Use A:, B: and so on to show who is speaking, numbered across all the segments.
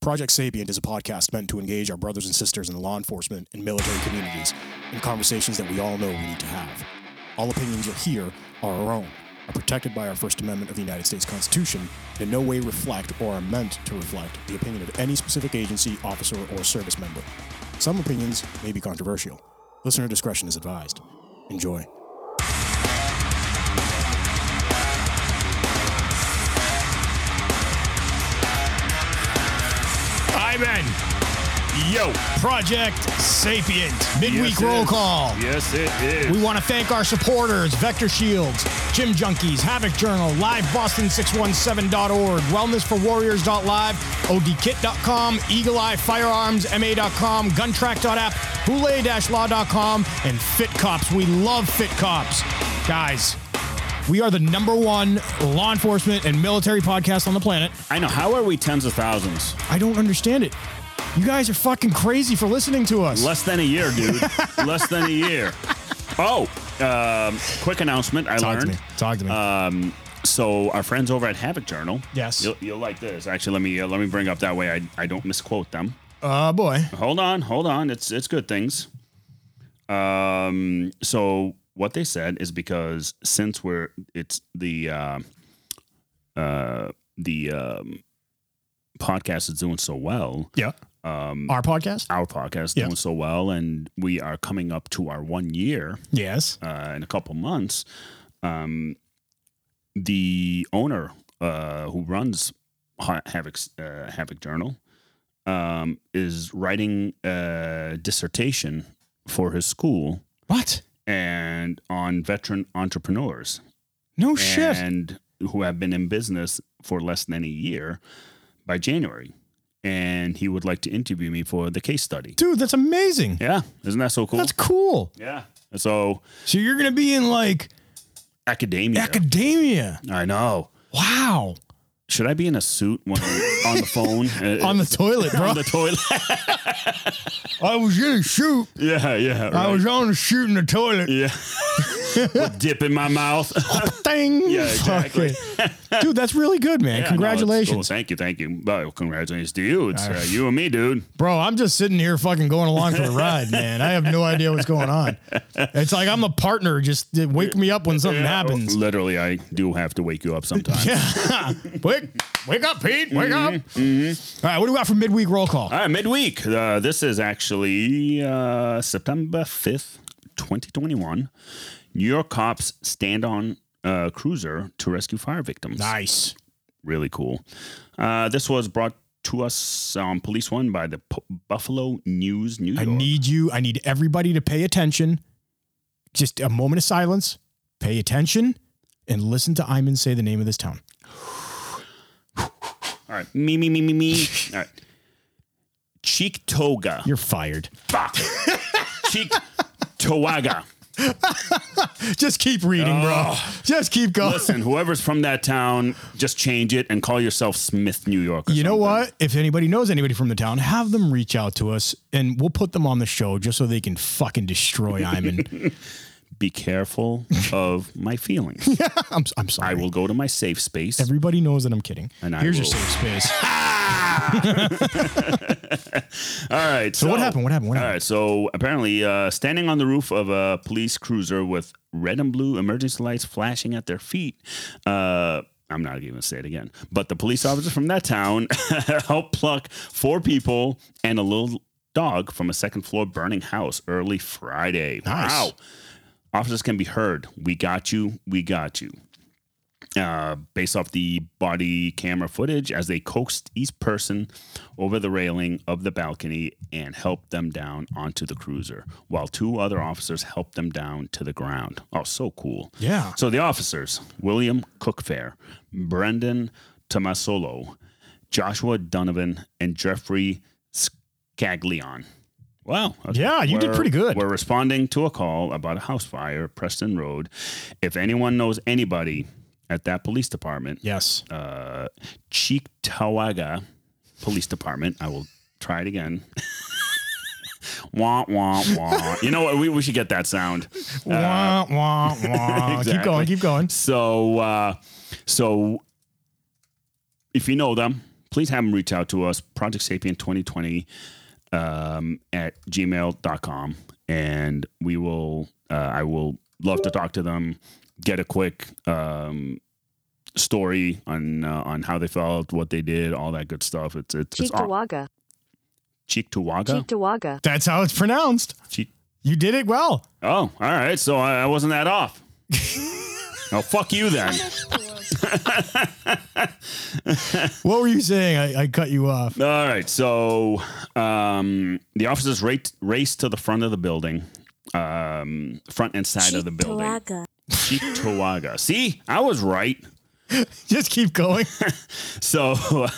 A: Project Sapient is a podcast meant to engage our brothers and sisters in the law enforcement and military communities in conversations that we all know we need to have. All opinions you'll hear are our own, are protected by our First Amendment of the United States Constitution, and in no way reflect or are meant to reflect the opinion of any specific agency, officer, or service member. Some opinions may be controversial. Listener discretion is advised. Enjoy.
B: Ivan.
C: Yo.
B: Project Sapient. Midweek
C: Yes, it
B: roll
C: is.
B: call.
C: Yes, it is.
B: We want to thank our supporters, Vector Shields, Gym Junkies, Havoc Journal, Live Boston617.org, WellnessForWarriors.live, ODKit.com, Eagle Eye Firearms, MA.com, Guntrack.app, Boule-Law.com, and Fit Cops. We love Fit Cops. Guys, we are the number one law enforcement and military podcast on the planet.
C: I know. How are we tens of thousands?
B: I don't understand it. You guys are fucking crazy for listening to us.
C: Less than a year, dude. Less than a year. Oh, um, quick announcement I
B: Talk to
C: learned.
B: me. Talk to me.
C: Um, so our friends over at Havoc Journal.
B: Yes.
C: You'll, you'll like this. Actually, let me uh, let me bring up that way I, I don't misquote them.
B: uh, boy.
C: Hold on, hold on. It's it's good things. Um, so what they said is because since we're it's the uh, uh, the um, podcast is doing so well,
B: Yeah. Um, Our podcast?
C: our podcast is
B: Yeah.
C: doing so well, and we are coming up to our one year
B: Yes.
C: uh, in a couple months. Um, the owner uh, who runs Ha- Havoc's, uh, Havoc Journal um, is writing a dissertation for his school
B: What?
C: and on veteran entrepreneurs
B: No shit.
C: and who have been in business for less than a year by January. And he would like to interview me for the case study.
B: Dude, that's amazing.
C: Yeah, isn't that so cool?
B: That's cool.
C: yeah. So
B: So you're going to be in like
C: academia.
B: academia.
C: I know.
B: Wow.
C: Should I be in a suit when I'm on the phone? Uh,
B: On the toilet, bro.
C: on the toilet.
B: I was in a shoot.
C: yeah, yeah.
B: I
C: right.
B: was on a shoot in the toilet.
C: yeah. With dip in my mouth.
B: Ding.
C: Yeah, exactly.
B: Fuck it. Dude, that's really good, man.
C: Yeah, no, that's cool.
B: Congratulations.
C: Oh, Thank you, thank you. Well, congratulations to you. It's uh, you and me, dude.
B: Bro, I'm just sitting here fucking going along for the ride, man. I have no idea what's going on. It's like I'm the partner. Just wake me up when something happens.
C: Literally, I do have to wake you up sometimes.
B: Yeah. wake, wake up, Pete. Wake up.
C: Mm-hmm.
B: All right, what do we got for midweek roll call?
C: All right, midweek. Uh, this is actually uh, September 5th, 2021. New York cops stand on uh, cruiser to rescue fire victims.
B: Nice.
C: Really cool. Uh, this was brought to us on Police One by the P- Buffalo News New York.
B: I need you. I need everybody to pay attention. Just a moment of silence. Pay attention and listen to Iman say the name of this town.
C: All right. Me, me, me, me, me. All right. Cheektoga.
B: You're fired.
C: Fuck. Cheektowaga.
B: Just keep reading, bro. Just keep going.
C: Listen, whoever's from that town, just change it and call yourself Smith, New York. or
B: You know
C: something.
B: what? If anybody knows anybody from the town, have them reach out to us and we'll put them on the show just so they can fucking destroy Iman.
C: Be careful of my feelings.
B: I'm, I'm sorry.
C: I will go to my safe space.
B: Everybody knows that I'm kidding.
C: And I
B: Here's your
C: will-
B: safe space.
C: All right. So,
B: what happened? What happened? What
C: All right. So apparently, uh, standing on the roof of a police cruiser with red and blue emergency lights flashing at their feet. Uh, I'm not even gonna say it again. But the police officers from that town helped pluck four people and a little dog from a second floor burning house early Friday.
B: Nice.
C: Wow. Officers can be heard. We got you. We got you uh, based off the body camera footage as they coaxed each person over the railing of the balcony and helped them down onto the cruiser, while two other officers helped them down to the ground. Oh, so cool.
B: Yeah.
C: So the officers William Cookfair, Brendan Tomasolo, Joshua Donovan, and Jeffrey Scaglion. Wow. okay.
B: Yeah, you did
C: We're-
B: pretty good.
C: We're responding to a call about a house fire, at Preston Road. If anyone knows anybody at that police department,
B: Yes.
C: uh, Cheektowaga Police Department, I will try it again. wah, wah, wah. You know what? We, we should get that sound.
B: wah, wah, wah. Keep going.
C: Exactly.
B: Keep going.
C: So, uh, so uh, if you know them, please have them reach out to us, Project Sapient 2020 um, at gmail.com. And we will, uh, I will love to talk to them, get a quick um, story on uh, on how they felt, what they did, all that good stuff. It's, it's, it's aw-
D: Cheektowaga.
C: Cheektowaga?
D: Cheektowaga.
B: That's how it's pronounced.
C: Cheek-
B: You did it well.
C: oh, all right. So I, I wasn't that off. oh, fuck you then.
B: What were you saying? I, I cut you off.
C: All right. So um, the officers ra- race to the front of the building, um, front and side of the building.
D: Cheektowaga.
C: Cheektowaga. See, I was right.
B: Just keep going.
C: So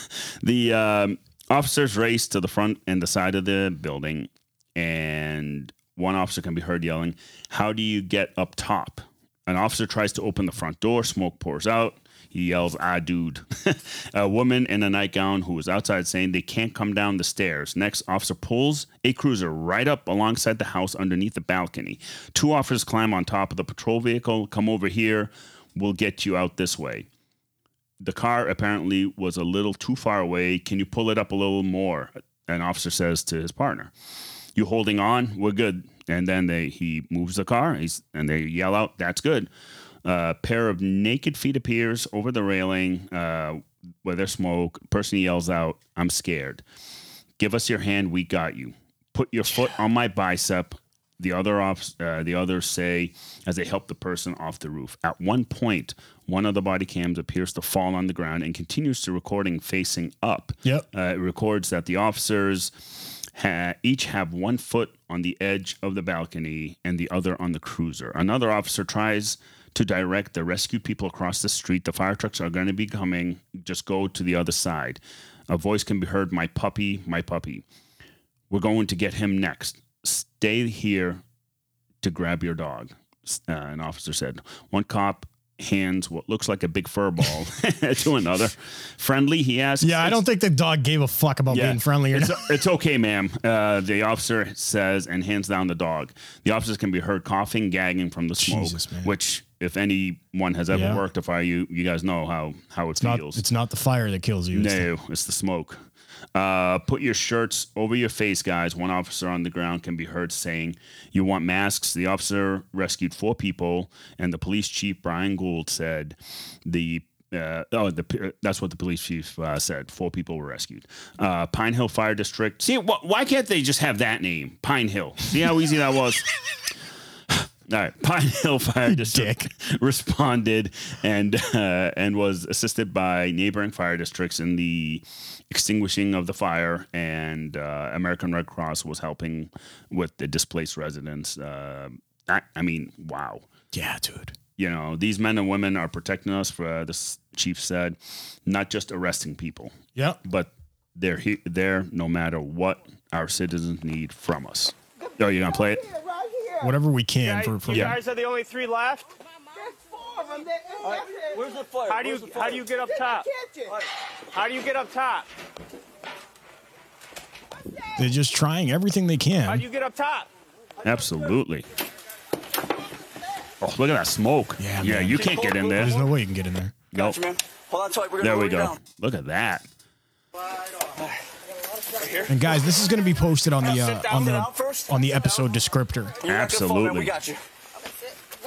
C: the um, officers race to the front and the side of the building, and one officer can be heard yelling, How do you get up top? An officer tries to open the front door, smoke pours out. He yells, Ah, dude. a woman in a nightgown who was outside saying they can't come down the stairs. Next, officer pulls a cruiser right up alongside the house underneath the balcony. Two officers climb on top of the patrol vehicle, come over here, we'll get you out this way the car apparently was a little too far away. Can you pull it up a little more? An officer says to his partner, You holding on? We're good. And then they he moves the car he's, and they yell out, That's good. A pair of naked feet appears over the railing uh, where there's smoke. Person yells out, I'm scared. Give us your hand. We got you. Put your foot on my bicep. The other off, uh, the others say as they help the person off the roof. At one point, one of the body cams appears to fall on the ground and continues to recording facing up.
B: Yep.
C: Uh, it records that the officers ha- each have one foot on the edge of the balcony and the other on the cruiser. Another officer tries to direct the rescue people across the street. The fire trucks are going to be coming. Just go to the other side. A voice can be heard My puppy, my puppy. We're going to get him next. Stay here to grab your dog, s- uh, an officer said. One cop hands what looks like a big fur ball to another. Friendly, he asks.
B: Yeah, I don't think the dog gave a fuck about being friendly or
C: It's,
B: not.
C: it's okay, ma'am. Uh, the officer says and hands down the dog. The officers can be heard coughing, gagging from the smoke,
B: Jesus, man.
C: which, if anyone has ever
B: Yeah.
C: worked a fire, you you guys know how how it
B: Not-
C: feels.
B: it's not the fire that kills you. It's the-
C: no, it's the smoke. Uh, put your shirts over your face, guys. One officer on the ground can be heard saying, You want masks? The officer rescued four people, and the police chief, Brian Gould, said, The uh, oh, the that's what the police chief uh, said. Four people were rescued. Uh, Pine Hill Fire District. See, wh- why can't they just have that name, Pine Hill? See how easy that was. All right, Pine Hill Fire District responded and uh, and was assisted by neighboring fire districts in the extinguishing of the fire, and uh, American Red Cross was helping with the displaced residents. Uh, I, I mean, wow
B: yeah, dude.
C: you know, these men and women are protecting us. For uh, this chief said, not just arresting people,
B: Yep.
C: but they're he- there no matter what our citizens need from us. Oh, you gonna play it?
E: Right here.
B: Whatever we can for, for
F: you guys are the only three left.
E: There's four of them. They're in there.
G: Where's the fire?
F: How do
G: Where's
F: you
G: the fire?
F: how do you get up
E: They're in
F: top?
E: the kitchen.
F: How do you get up top?
B: they're just trying everything they
F: How
B: can.
F: do you get up top?
C: Absolutely. Oh, look at that smoke.
B: Yeah,
C: yeah,
B: man.
C: you can't get in there.
B: There's no way you can get in there.
C: Nope.
G: Gotcha, man. Hold on tight. We're gonna
C: There
G: lower
C: we
G: you
C: go.
G: down.
C: Look at that.
B: And guys, this is going to be posted on the uh,
G: Sit down,
B: on
G: sit
B: the
G: down first.
B: on the episode descriptor.
G: You're not gonna fall, man.
C: Absolutely.
G: We got you.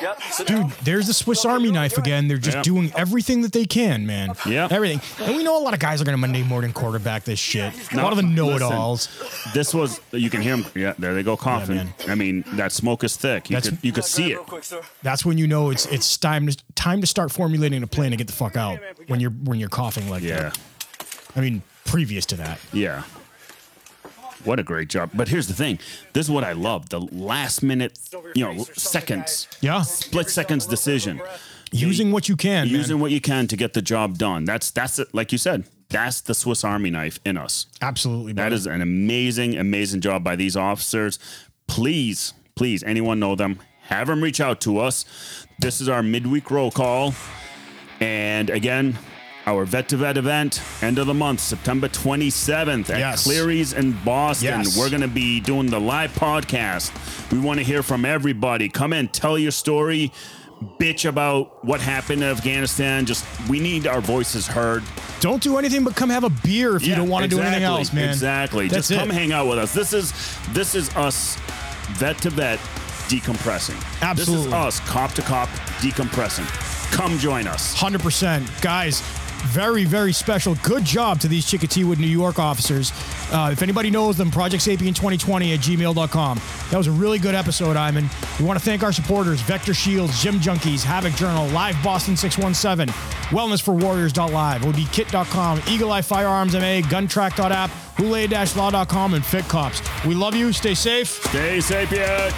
G: Yep. Sit
B: Dude,
G: down.
B: there's the Swiss Army knife again. They're just
C: Yeah.
B: doing everything that they can, man.
C: Yeah.
B: Everything. And we know a lot of guys are going to Monday morning quarterback this shit. a
C: No,
B: lot of the know-it-alls.
C: This was you can hear him. Yeah, there they go coughing.
B: man.
C: I mean, that smoke is thick. You
B: That's-
C: could you could see it.
G: Real quick, sir.
B: That's when you know it's it's time to time to start formulating a plan to get the fuck out when you're when you're coughing like
C: Yeah.
B: that. I mean, previous to that.
C: Yeah. What a great job. But here's the thing. This is what I love. The last minute, you know, seconds,
B: Yeah.
C: split seconds decision.
B: Using what you can. man.
C: Using what you can to get the job done. That's that's it. Like you said, that's the Swiss Army knife in us.
B: Absolutely.
C: That
B: brother.
C: is an amazing, amazing job by these officers. Please, please, anyone know them, have them reach out to us. This is our midweek roll call. And again, our Vet to Vet event, end of the month, September 27th at
B: Yes.
C: Cleary's in Boston.
B: Yes.
C: We're going to be doing the live podcast. We want to hear from everybody. Come in, tell your story. bitch about what happened in Afghanistan. Just we need our voices heard.
B: Don't do anything but come have a beer if you don't want to do anything
C: exactly,
B: else, man.
C: Exactly.
B: That's
C: Just come
B: it.
C: hang out with us. This is this is us vet to vet decompressing. This
B: Absolutely.
C: is us cop to cop decompressing. Come join us.
B: Hundred percent, guys. Very, very special. Good job to these Chickatee Wood, New York officers. Uh, if anybody knows them, projectsapien2020 at gmail.com. That was a really good episode, Iman. We want to thank our supporters, Vector Shields, Gym Junkies, Havoc Journal, Live Boston 617, Wellness for Warriors.live, ODKit.com, Eagle Eye Firearms MA, Guntrack.app, Houlet-Law.com, and Fit Cops. We love you. Stay safe.
C: Stay sapient.